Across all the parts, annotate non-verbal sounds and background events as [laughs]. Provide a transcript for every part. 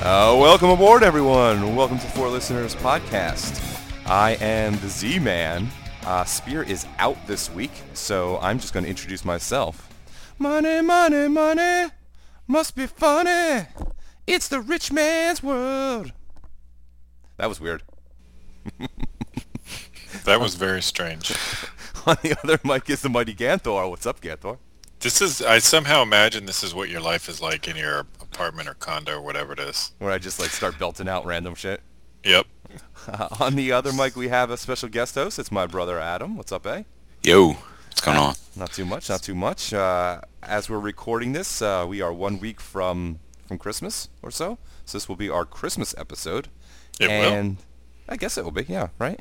Uh, welcome aboard, everyone. Welcome to Four Listeners Podcast. I am the Z Man. Uh, Spear is out this week, so I'm just going to introduce myself. Money, money, money must be funny. It's the rich man's world. That was weird. [laughs] That was very strange. On the other mic is the mighty Ganthor. What's up, Ganthor? This is, I somehow imagine this is what your life is like in your apartment or condo or whatever it is. Where I just like start belting out random shit. Yep. Uh, on the other mic, we have a special guest host. It's my brother Adam. What's up, eh? Yo, what's going on? Not too much, not too much. Uh, as we're recording this, uh, we are one week from from Christmas or so. So this will be our Christmas episode. It will? and I guess it will be, yeah, right?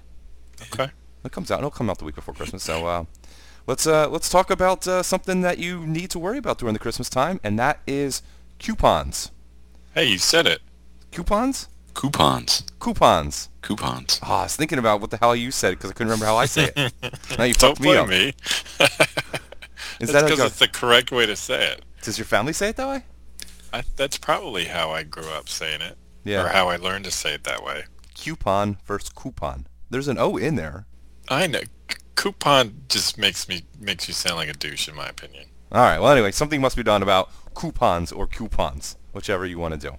Okay. It comes out. It'll come out the week before Christmas. So uh, let's uh, let's talk about uh, something that you need to worry about during the Christmas time, and that is coupons. Hey, you said it. Coupons? Coupons. Coupons. Coupons. Ah, I was thinking about what the hell you said because I couldn't remember how I say [laughs] it. now you Don't fucked me blame up. me. Is It's that like because a, it's the correct way to say it. does your family say it that way? I, that's probably how I grew up saying it, Yeah. or how I learned to say it that way. coupon versus coupon. There's an O in there. I know. C- Coupon just makes me makes you sound like a douche, in my opinion. All right. Well, anyway, something must be done about coupons or coupons, whichever you want to do.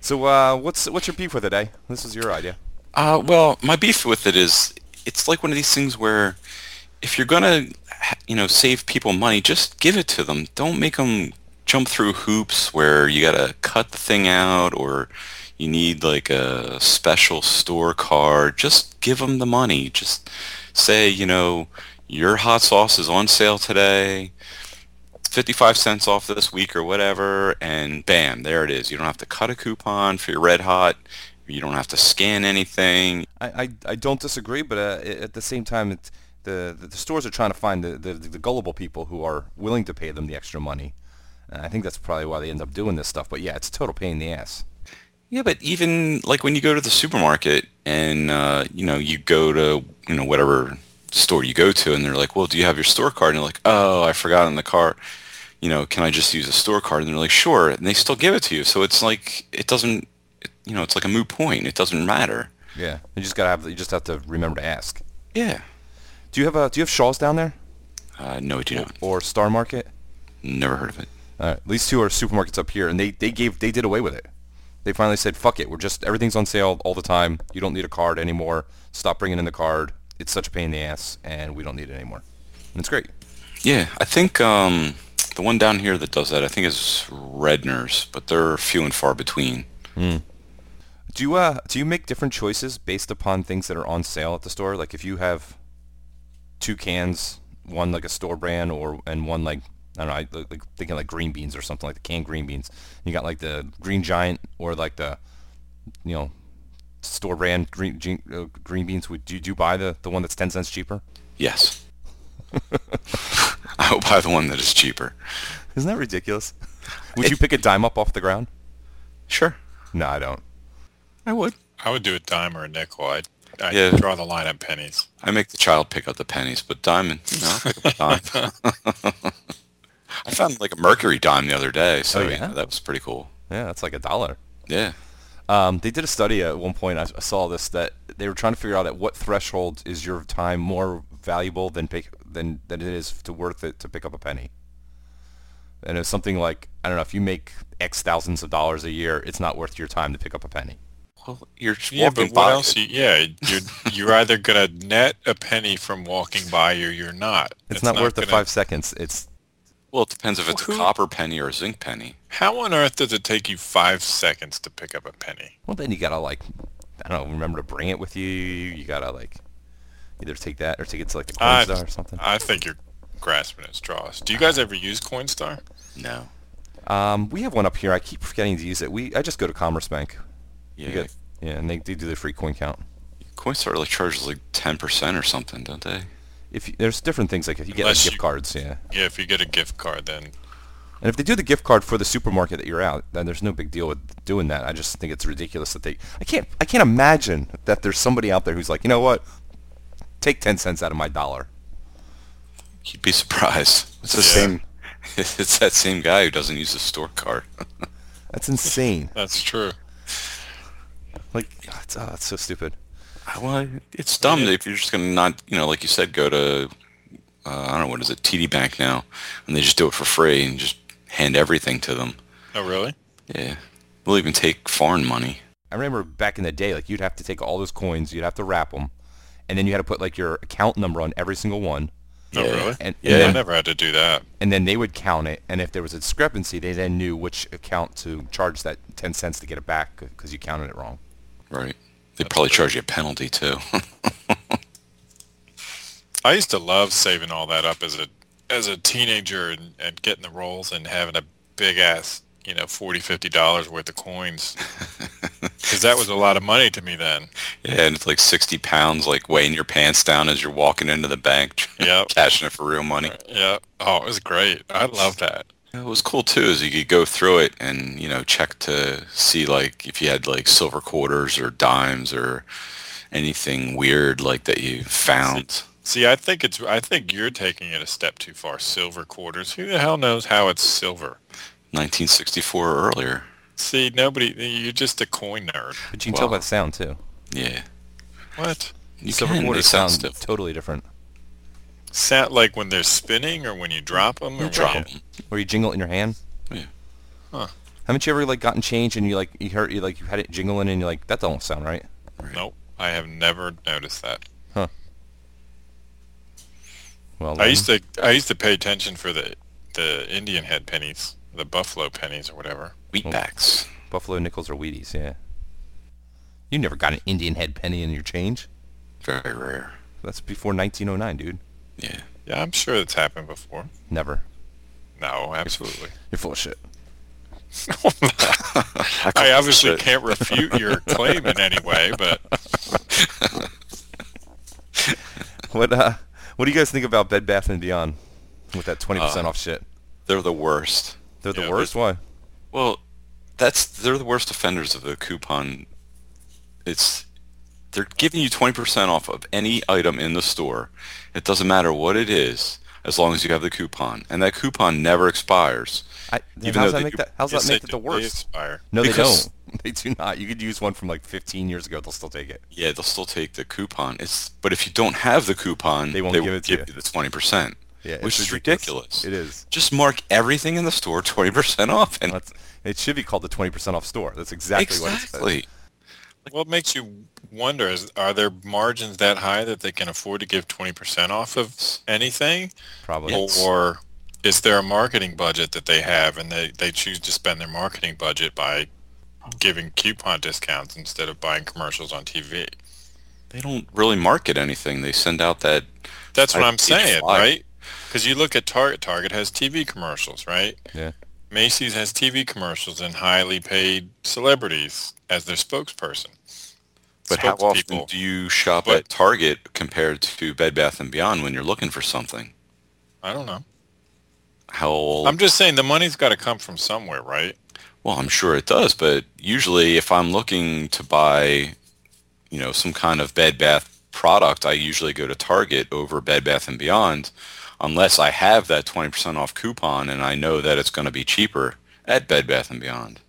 So, uh, what's what's your beef with it, eh? This was your idea. Uh, well, my beef with it is it's like one of these things where if you're gonna, ha- you know, save people money, just give it to them. Don't make them jump through hoops where you gotta cut the thing out or you need like a special store card. Just give them the money. Just say, you know, your hot sauce is on sale today. 55 cents off this week or whatever and bam there it is you don't have to cut a coupon for your red hot you don't have to scan anything I, I, I don't disagree, but uh, a- at the same time, it's, the the stores are trying to find the, the, the gullible people who are willing to pay them the extra money. And I think that's probably why they end up doing this stuff. But yeah, it's a total pain in the ass. yeah but even like when you go to the supermarket and uh, you know you go to you know whatever store you go to and they're like well do you have your store card and you're like oh i forgot in the car you know can i just use a store card and they're like sure and they still give it to you so it's like it doesn't it, you know it's like a moot point it doesn't matter Yeah, you just gotta have you just have to remember to ask. yeah Do you have a do you have Shaw's down there uh, no i do not or Star Market? never heard of it Uh, these two are supermarkets up here, and they, they gave they did away with it. They finally said, "Fuck it, we're just everything's on sale all the time. You don't need a card anymore. Stop bringing in the card. It's such a pain in the ass, and we don't need it anymore." And it's great. Yeah, I think um, the one down here that does that, I think is Redner's, but they're few and far between. Do you uh do you make different choices based upon things that are on sale at the store? Like if you have two cans, one like a store brand, or and one like I don't know, I, like like thinking like green beans or something like the canned green beans. You got like the Green Giant or like the you know store brand green green, uh, green beans. Would do you, do you buy the the one that's ten cents cheaper? Yes. [laughs] I will buy the one that is cheaper. [laughs] Isn't that ridiculous? Would you pick a dime up off the ground? Sure. No, I don't. I would. I would do a dime or a nickel. I I Yeah. draw the line at pennies. I make the child pick up the pennies, but diamond, you know, I'll pick up a dime. I found like a mercury dime the other day, so Oh, you yeah? know, that was pretty cool. Yeah, that's like a dollar. Yeah. Um, they did a study at one point. I s- I saw this that they were trying to figure out at what threshold is your time more valuable than pick than than it is to worth it to pick up a penny. And it's something like I don't know if you make X thousands of dollars a year, it's not worth your time to pick up a penny. Well, you're just Yeah, walking but what by. else? You, yeah, you're you're either gonna net a penny from walking by, or you're not. It's, not, worth the gonna- five seconds. It's Well, it depends if it's Who- a copper penny or a zinc penny. How on earth does it take you five seconds to pick up a penny? well, then you gotta like I don't know, remember to bring it with you. You gotta like either take that or take it to like the I- coin star or something. I think you're grasping at straws. Do you guys ever use Coinstar? No. Um, we have one up here. I keep forgetting to use it. We I just go to Commerce Bank. You Yeah. get- yeah, and they, they do the free coin count. Coinstar like charges like 10% or something, don't they? if you, there's different things like if you get like, Unless gift you- cards, yeah. Yeah, if you get a gift card, then And if they do the gift card for the supermarket that you're out, then there's no big deal with doing that. I just think it's ridiculous that they. I can't. I can't imagine that there's somebody out there who's like, you know what, take ten cents out of my dollar. You'd be surprised. It's the Yeah. same. [laughs] It's that same guy who doesn't use the store card. [laughs] That's insane. that's true. Like, ah, it's, ah, it's so stupid. Uh, Well, it's dumb if you're just going to not, you know, like you said, go to, uh, I don't know, what is it, TD Bank now, and they just do it for free and just hand everything to them. Oh, really? Yeah. They'll even take foreign money. I remember back in the day, like you'd have to take all those coins, you'd have to wrap them, and then you had to put like your account number on every single one, Oh, Yeah. really? and Yeah. I never had to do that. and then they would count it, and if there was a discrepancy, they then knew which account to charge that ten cents to get it back because you counted it wrong. Right. They probably charge you a penalty, too. [laughs] I used to love saving all that up as a as a teenager and, and getting the rolls and having a big ass, you know, 40 dollars worth of coins. Because that was a lot of money to me then. yeah, and it's like 60 pounds, like weighing your pants down as you're walking into the bank, [laughs] Yep. cashing it for real money. Yeah. Oh, it was great. I love that. It was cool too, is you could go through it and you know check to see like if you had like silver quarters or dimes or anything weird like that you found. See, I think it's I think you're taking it a step too far. Silver quarters. Who the hell knows how it's silver? 1964 or earlier. See, nobody you're just a coin nerd. But you can tell Wow. by the sound too. Yeah, What? you Silver can. They quarters sound sound stiff. totally different. Sound like when they're spinning or when you drop them or when Drop you- 'em. Or you jingle it in your hand. Yeah. Huh. Haven't you ever like gotten change and you like you heard you like you had it jingling and you're like that don't sound right? Nope. I have never noticed that. Well, I then- used to I used to pay attention for the the Indian head pennies, the buffalo pennies or whatever. Oh. Wheatbacks. Buffalo nickels or Wheaties, yeah. You never got an Indian head penny in your change. Very rare. That's before 1909, dude. Yeah. Yeah, I'm sure it's happened before. [laughs] Never. No, absolutely. You're full of shit. I obviously Shit. can't refute your [laughs] claim in any way, but What uh, what do you guys think about Bed Bath and Beyond with that 20% Uh, off shit? They're the worst. They're the yeah, worst. Why? Well, that's they're the worst offenders of the coupon. It's they're giving you 20% off of any item in the store. It doesn't matter what it is as long as you have the coupon. And that coupon never expires. I, how's Even though that they make do- that? How's yes, that make they it the do. They worst? expire. No, they Because- don't. [laughs] They do not. You could use one from like 15 years ago. They'll still take it. Yeah, they'll still take the coupon. It's but if you don't have the coupon, They won't give it to give you. you the 20%. Yeah, which it's is ridiculous. It is. Just mark everything in the store 20% off and That's, it should be called the 20% off store. That's exactly, what exactly. What makes you wonder is are there margins that high that they can afford to give 20% off of anything? it's probably. Yes. Or is there a marketing budget that they have and they, they choose to spend their marketing budget by giving coupon discounts instead of buying commercials on TV? They don't really market anything. They send out that That's what I- I'm it's saying, fine. right? Because you look at Target. Target has TV commercials, right? Yeah. Macy's has TV commercials and highly paid celebrities as their spokesperson. But how often Spokespeople. do you shop But- at Target compared to Bed Bath and Beyond when you're looking for something? I don't know. How I'm just saying the money's got to come from somewhere, right? well, I'm sure it does, but usually if I'm looking to buy, you know, some kind of Bed Bath product, I usually go to Target over Bed Bath and Beyond, unless I have that 20% off coupon and I know that it's going to be cheaper at Bed Bath and Beyond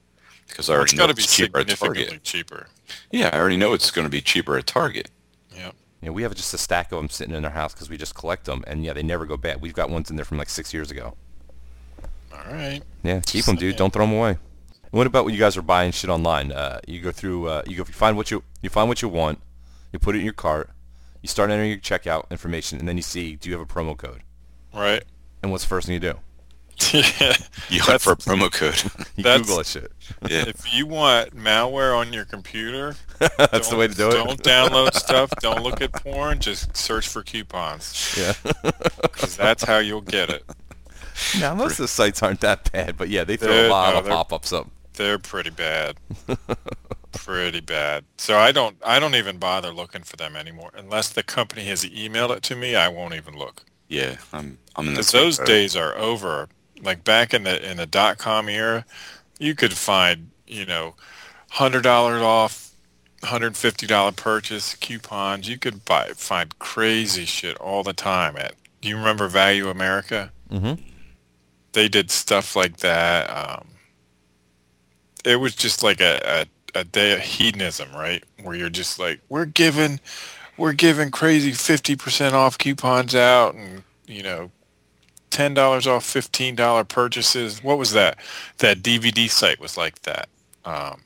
because I It's already got know to be it's cheaper at significantly Target. cheaper. Yeah, I already know it's going to be cheaper at Target. Yeah. You know, we have just a stack of them sitting in our house because we just collect them, and yeah, they never go bad. We've got ones in there from like six years ago. All right. Yeah, keep them, dude. Same. Don't throw them away. What about when you guys are buying shit online? Uh, you go through, uh, you go, you find what you you find what you want, you put it in your cart, you start entering your checkout information, and then you see, do you have a promo code? Right. [laughs] And what's the first thing you do? yeah. You hunt for a promo code. [laughs] You That's- Google that shit. yeah. If you want malware on your [laughs] computer, That's the way to do it. Don't download stuff. Don't look at porn. Just search for coupons Yeah. because that's how you'll get it. now most of the sites aren't that bad, but yeah, they throw They're- a lot no, of they're- pop-ups up. They're pretty bad. [laughs] pretty bad. So I don't I don't even bother looking for them anymore. Unless the company has emailed it to me, I won't even look. Yeah, I'm. I'm in the 'Cause same those boat. days are over. Like back in the in the dot com era, you could find, you know, hundred dollars off $150 purchase coupons. You could buy find crazy shit all the time at. Do you remember Value America? Mm-hmm. they did stuff like that. Um, it was just like a, a day of hedonism, right? Where you're just like, we're giving, we're giving crazy fifty percent off coupons out, and you know, ten dollars off fifteen dollar purchases. What was that? That DVD site was like that. Um,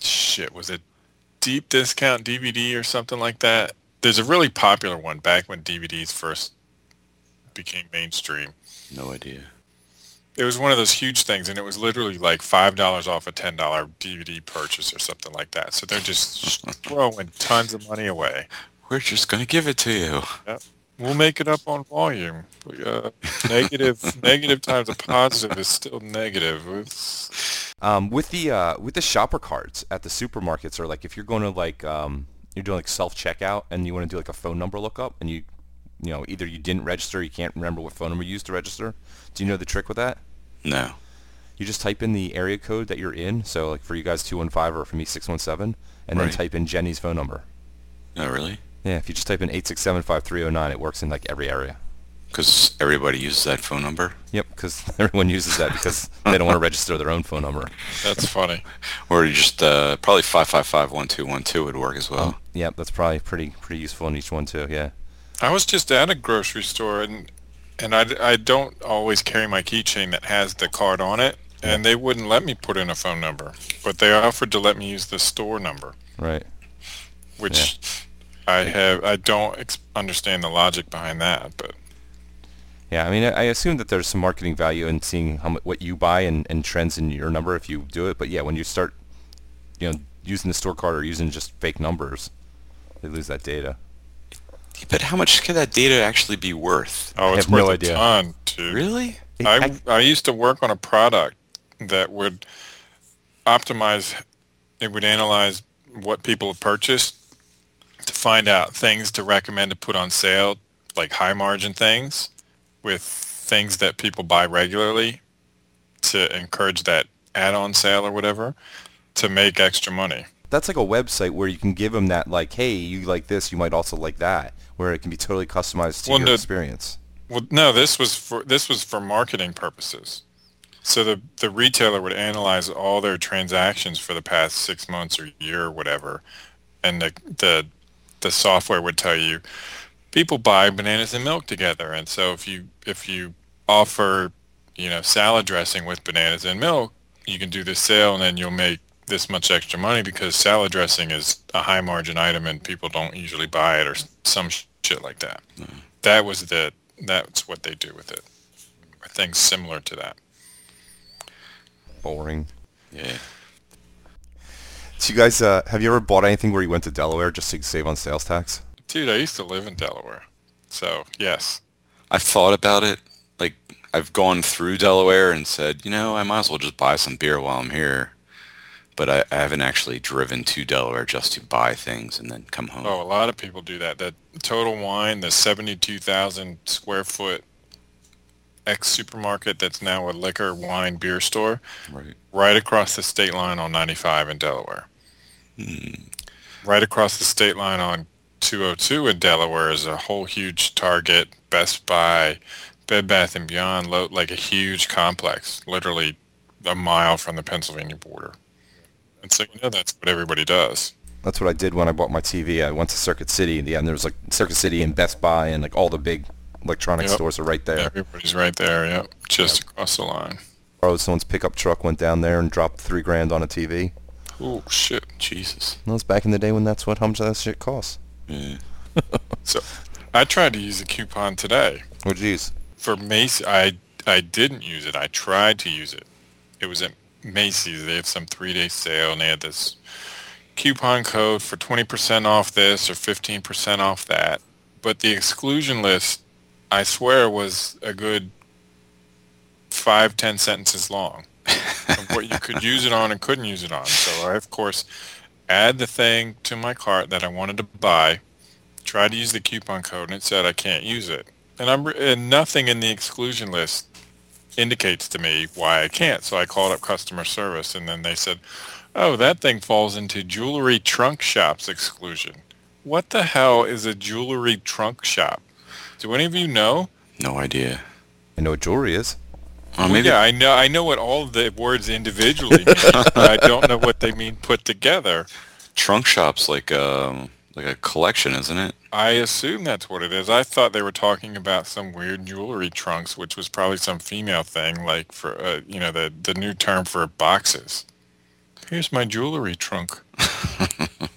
shit, was it deep discount DVD or something like that? There's a really popular one back when DVDs first became mainstream. No idea. It was one of those huge things, and it was literally like five dollars off a ten dollar DVD purchase or something like that. So they're just throwing tons of money away. We're just gonna give it to you. Yep. We'll make it up on volume. Uh, [laughs] negative, negative times a positive is still negative. It's- Um, with the uh, with the shopper carts at the supermarkets, or like if you're going to like um, you're doing like self checkout and you want to do like a phone number lookup, and you you know either you didn't register, you can't remember what phone number you used to register. Do you know the trick with that? No. You just type in the area code that you're in. So like for you guys, two one five, or for me, six one seven, and Right. then type in Jenny's phone number. No, Oh, really? Yeah, if you just type in eight six seven five three zero nine, it works in like every area. Because everybody uses that phone number. Yep, because [laughs] everyone uses that because they don't want to register their own phone number. That's funny. Or you just uh, probably five five five one two one two would work as well. Yep, that's probably pretty pretty useful in each one too. Yeah. I was just at a grocery store and and I, I don't always carry my keychain that has the card on it and they wouldn't let me put in a phone number but they offered to let me use the store number Right. which I have I don't ex- understand the logic behind that but Yeah, I mean, I I assume that there's some marketing value in seeing how mu- what you buy and, and trends in your number if you do it. But yeah, when you start, you know, using the store card or using just fake numbers, they lose that data. But how much can that data actually be worth? oh it's have no worth idea. a ton dude. Really? I, I used to work on a product that would optimize, it would analyze what people have purchased to find out things to recommend to put on sale, like high margin things with things that people buy regularly to encourage that add-on sale or whatever to make extra money. That's like a website where you can give them that, like, hey, you like this, you might also like that, where it can be totally customized to Well, your no- experience. Well, no, this was for this was for marketing purposes. So the the retailer would analyze all their transactions for the past six months or year or whatever, and the the the software would tell you people buy bananas and milk together, and so if you if you offer you know salad dressing with bananas and milk, you can do this sale, and then you'll make this much extra money because salad dressing is a high margin item and people don't usually buy it or s- some sh- shit like that that was the that's what they do with it or things similar to that Boring. Yeah. So you guys, uh, have you ever bought anything where you went to Delaware just to save on sales tax? dude i used to live in delaware so yes I've thought about it. Like I've gone through Delaware and said, you know, I might as well just buy some beer while I'm here. But I, I haven't actually driven to Delaware just to buy things and then come home. oh a lot of people do that that total wine the 72000 square foot ex supermarket that's now a liquor wine beer store Right. right across the state line on 95 in delaware right across the state line on 202 in Delaware is a whole huge Target, Best Buy, Bed Bath and Beyond, lo- like a huge complex, literally a mile from the Pennsylvania border. And so you know that's what everybody does. That's what I did when I bought my TV. I went to Circuit City, and yeah, and there was like Circuit City and Best Buy, and like all the big electronic Yep. stores are right there. Everybody's right there, yep, just across the line. borrowed someone's pickup truck, went down there and dropped three grand on a TV. Oh shit! Jesus. That was back in the day when that's what how much that shit costs. Yeah. So I tried to use a coupon today Oh jeez. for Macy. I I didn't use it. I tried to use it. It was at Macy's. They have some three day sale, and they had this coupon code for twenty percent off this or fifteen percent off that. But the exclusion list, I swear, was a good five ten sentences long of what you could use it on and couldn't use it on. So I of course add the thing to my cart that I wanted to buy. Tried to use the coupon code and it said I can't use it. And I'm re- and nothing in the exclusion list indicates to me why I can't. So I called up customer service and then they said, "Oh, that thing falls into jewelry trunk shops exclusion." What the hell is a jewelry trunk shop? Do any of you know? No idea. I know what jewelry is. Or Uh, maybe yeah, I know. I know what all the words individually mean, but I don't know what they mean put together. trunk shop's like a like a collection, isn't it? I assume that's what it is. I thought they were talking about some weird jewelry trunks, which was probably some female thing, like for uh, you know the the new term for boxes. Here's my jewelry [laughs] trunk. no,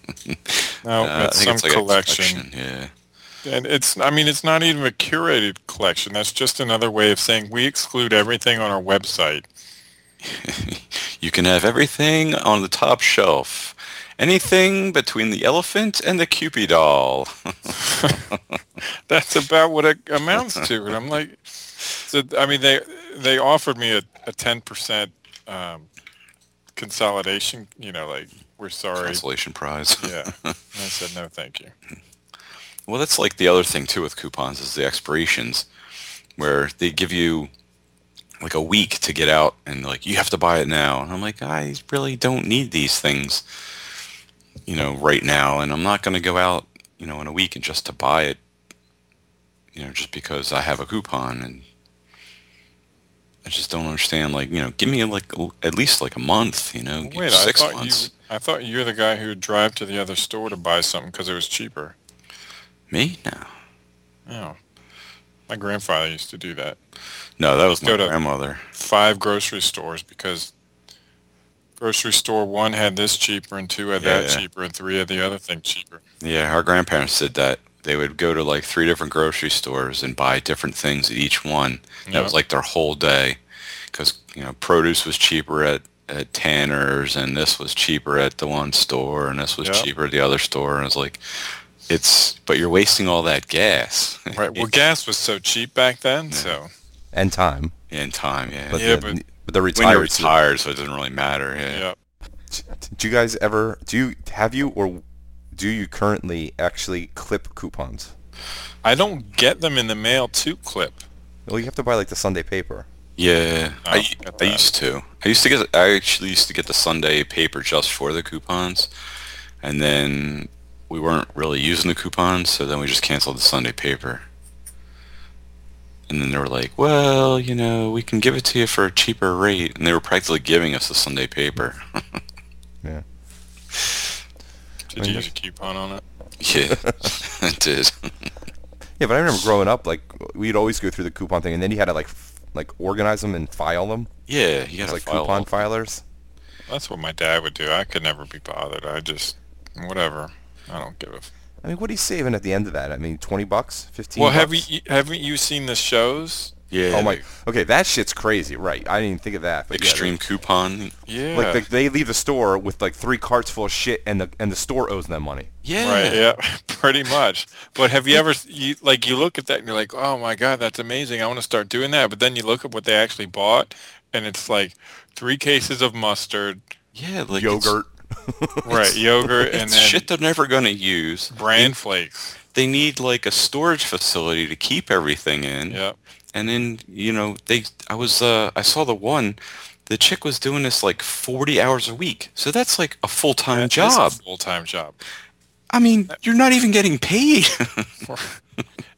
Uh, that's some a collection. Yeah. And it's, I mean, it's not even a curated collection. That's just another way of saying we exclude everything on our website. You can have everything on the top shelf. Anything between the elephant and the Cupid doll. That's about what it amounts to. And I'm [laughs] like, so, I mean, they they offered me a, a 10% um, consolidation, you know, like, we're sorry. Consolation prize. [laughs] Yeah. And I said, no, thank you. Well, that's like the other thing too with coupons is the expirations, where they give you like a week to get out, and like you have to buy it now. And I'm like, I really don't need these things, you know, right now, and I'm not going to go out, you know, in a week and just to buy it, you know, just because I have a coupon, and I just don't understand. Like, you know, give me like a- at least like a month, you know, give Wait, I six thought, you, months. I thought you were the guy who would drive to the other store to buy something because it was cheaper. Me? No, Oh. My grandfather used to do that. no, that was my Go to- grandmother. five grocery stores because grocery store one had this cheaper and two had that Yeah. cheaper and three had the other thing cheaper. Yeah, our grandparents did that. They would go to like three different grocery stores and buy different things at each one. That was Yeah. like their whole day, because you know produce was cheaper at at Tanner's, and this was cheaper at the one store, and this was Yeah. cheaper at the other store. And it's like, it's but you're wasting all that gas Right. [laughs] Well, gas was so cheap back then, so and time. and time. Yeah, But Yeah, the, but but the when you're retired. too. retired, so it doesn't really matter. Yeah. yeah. Do you guys ever do you have you or do you currently actually clip coupons? I don't get them in the mail to clip. Well, you have to buy like the Sunday paper. Yeah, Oh, I, got I that. used to. I used to get. I actually used to get the Sunday paper just for the coupons, and then we weren't really using the coupons, so then we just canceled the Sunday paper. And then they were like, "Well, you know, we can give it to you for a cheaper rate," and they were practically giving us the Sunday paper. [laughs] Yeah. Did you use a coupon on it? yeah, [laughs] it did. Yeah, but I remember growing up, like we'd always go through the coupon thing, and then you had to like f- like organize them and file them. Yeah, you It's like got like file. coupon filers. That's what my dad would do. I could never be bothered. I just whatever. I don't give a. F- I mean, what are you saving at the end of that? I mean, twenty bucks, fifteen. well, have bucks? you haven't you seen the shows? Yeah. Oh my. the Okay, that shit's crazy. Right. I didn't even think of that. But yeah, Extreme coupon. Yeah. they- like like, they leave the store with like three carts full of shit, and the and the store owes them money. Yeah. Right. Yeah. [laughs] Pretty much. But have you ever you like you look at that and you're like, oh my god, that's amazing. I want to start doing that. But then you look at what they actually bought, and it's like three cases of mustard, Yeah. Like [laughs] it's- Yogurt. right, yogurt, It's and then shit they're never gonna use. bran flakes. they need like a storage facility to keep everything in. Yeah. And then you know they, I was, uh, I saw the one, the chick was doing this like 40 hours a week. So that's like a full time job. Full time job. I mean, you're not even getting paid. [laughs]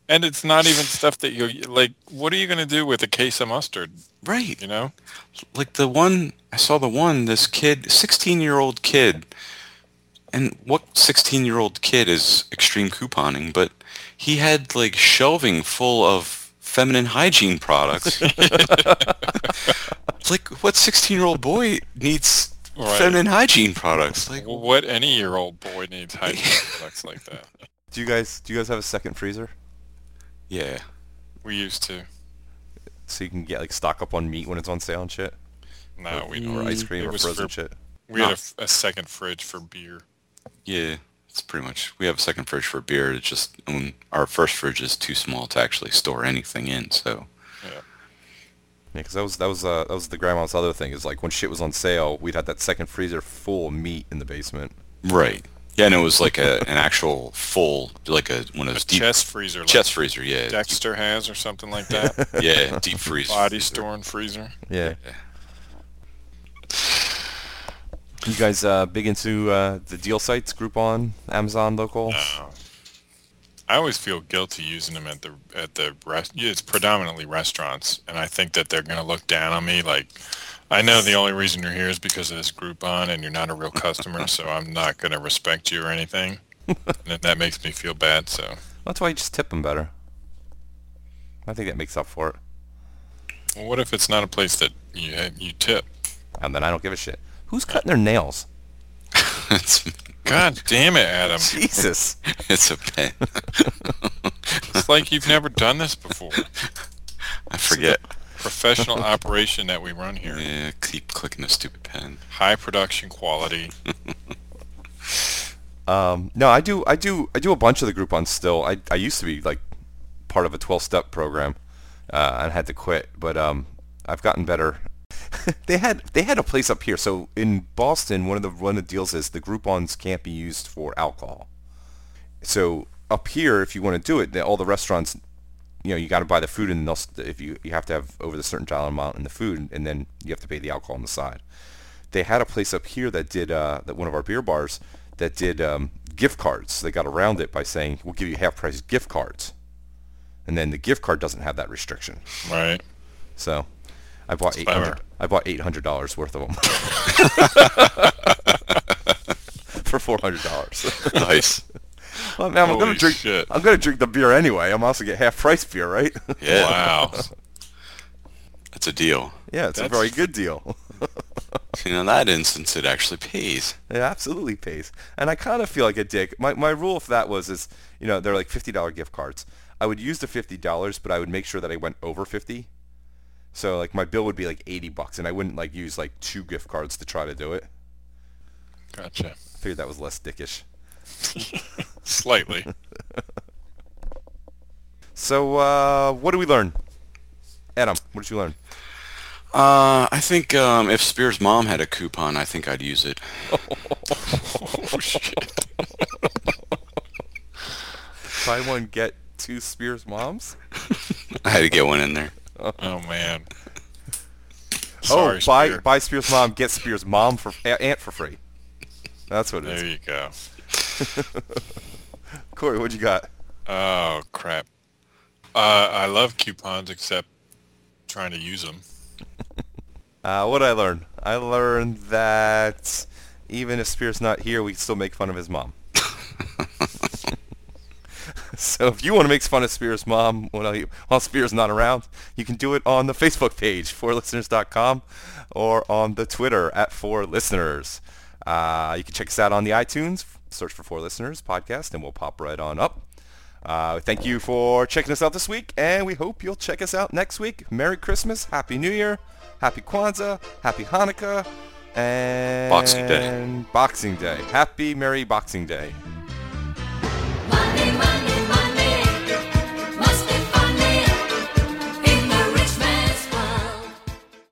And it's not even stuff that you like. What are you gonna do with a case of mustard? right. You know? Like the one I saw the one this kid, 16 year old kid, and what 16 year old kid is extreme couponing? But he had like shelving full of feminine hygiene products. It's like what 16 year old boy needs Right. feminine hygiene products like Well, what any year old boy needs hygiene products like that. Do you guys do you guys have a second freezer yeah We used to. so you can get like stock up on meat when it's on sale and shit, No, we don't. or ice cream, It or was frozen for- shit? We had a f a a second fridge for beer. yeah it's pretty much we have a second fridge for beer it's just I mean, our first fridge is too small to actually store anything in so Yeah. Yeah, 'cause that was that was uh, that was the grandma's other thing is like when shit was on sale, we'd have that second freezer full of meat in the basement. right yeah and it was like a an actual full like a one of those deep chest freezer, like chest freezer yeah Dexter has or something like that. [laughs] deep- yeah deep freeze Body store and freezer. Yeah. You guys uh, big into uh, the deal sites, Groupon, Amazon, local? No, I always feel guilty using them at the at the rest. yeah, It's predominantly restaurants, and I think that they're going to look down on me. Like, I know the only reason you're here is because of this Groupon, and you're not a real customer, so I'm not going to respect you or anything. and that makes me feel bad. So That's why you just tip them better. I think that makes up for it. Well, what if it's not a place that you you tip? And then I don't give a shit. Who's cutting their nails? [laughs] it's, God damn it, Adam! Jesus. it's a pain. It's like you've never done this before. [laughs] I forget. Professional operation that we run here. Yeah, keep clicking the stupid pen. High production quality. Um, no, I do, I do, I do a bunch of the Groupon's still. I, I used to be like part of a 12-step program, uh, and had to quit. But um, I've gotten better. [laughs] they had, they had a place up here. So in Boston, one of the one of the deals is the Groupon's can't be used for alcohol. So up here, if you want to do it, the- all the restaurants, you know, you got to buy the food, and they'll, s- if you you have to have over the certain dollar amount in the food, and then you have to pay the alcohol on the side. They had a place up here that did uh, that one of our beer bars that did um, gift cards. They got around it by saying we'll give you half price gift cards, and then the gift card doesn't have that restriction. Right. So I bought eight clever. hundred. I bought eight hundred dollars worth of them [laughs] for four hundred dollars. [laughs] Nice. Well, man, I'm gonna Holy drink. shit. I'm gonna drink the beer anyway. I'm also get half price beer, right? [laughs] Yeah, Wow. that's a deal. yeah, it's a That's- very good deal. [laughs] And in that instance, it actually pays. it absolutely pays, and I kind of feel like a dick. My my rule for that was is you know they're like fifty dollar gift cards. I would use the fifty dollars, but I would make sure that I went over fifty. So like my bill would be like eighty bucks, and I wouldn't like use like two gift cards to try to do it. Gotcha. I figured that was less dickish. Slightly. So uh, what did we learn? Adam, what did you learn? Uh, I think um, if Spear's mom had a coupon, I think I'd use it. oh shit. Buy one get two Spears moms. [laughs] I had to get one in there. Oh man. Oh, buy Spear. buy Spears mom, get Spears mom for a- aunt for free. That's what it There is. you go. Corey, what you got? Oh crap. Uh, I love coupons except trying to use them. Uh, what I learned? I learned that even if Spears not here, we can still make fun of his mom. [laughs] so if you want to make fun of Spears' mom while, he, while Spears not around, you can do it on the Facebook page, forlisteners.com, or on the Twitter at forlisteners. Uh, you can check us out on the iTunes, search for Four Listeners podcast, and we'll pop right on up. Uh, thank you for checking us out this week, and we hope you'll check us out next week. Merry Christmas, Happy New Year, Happy Kwanzaa, Happy Hanukkah, and Boxing Day. Boxing Day. Happy Merry Boxing Day.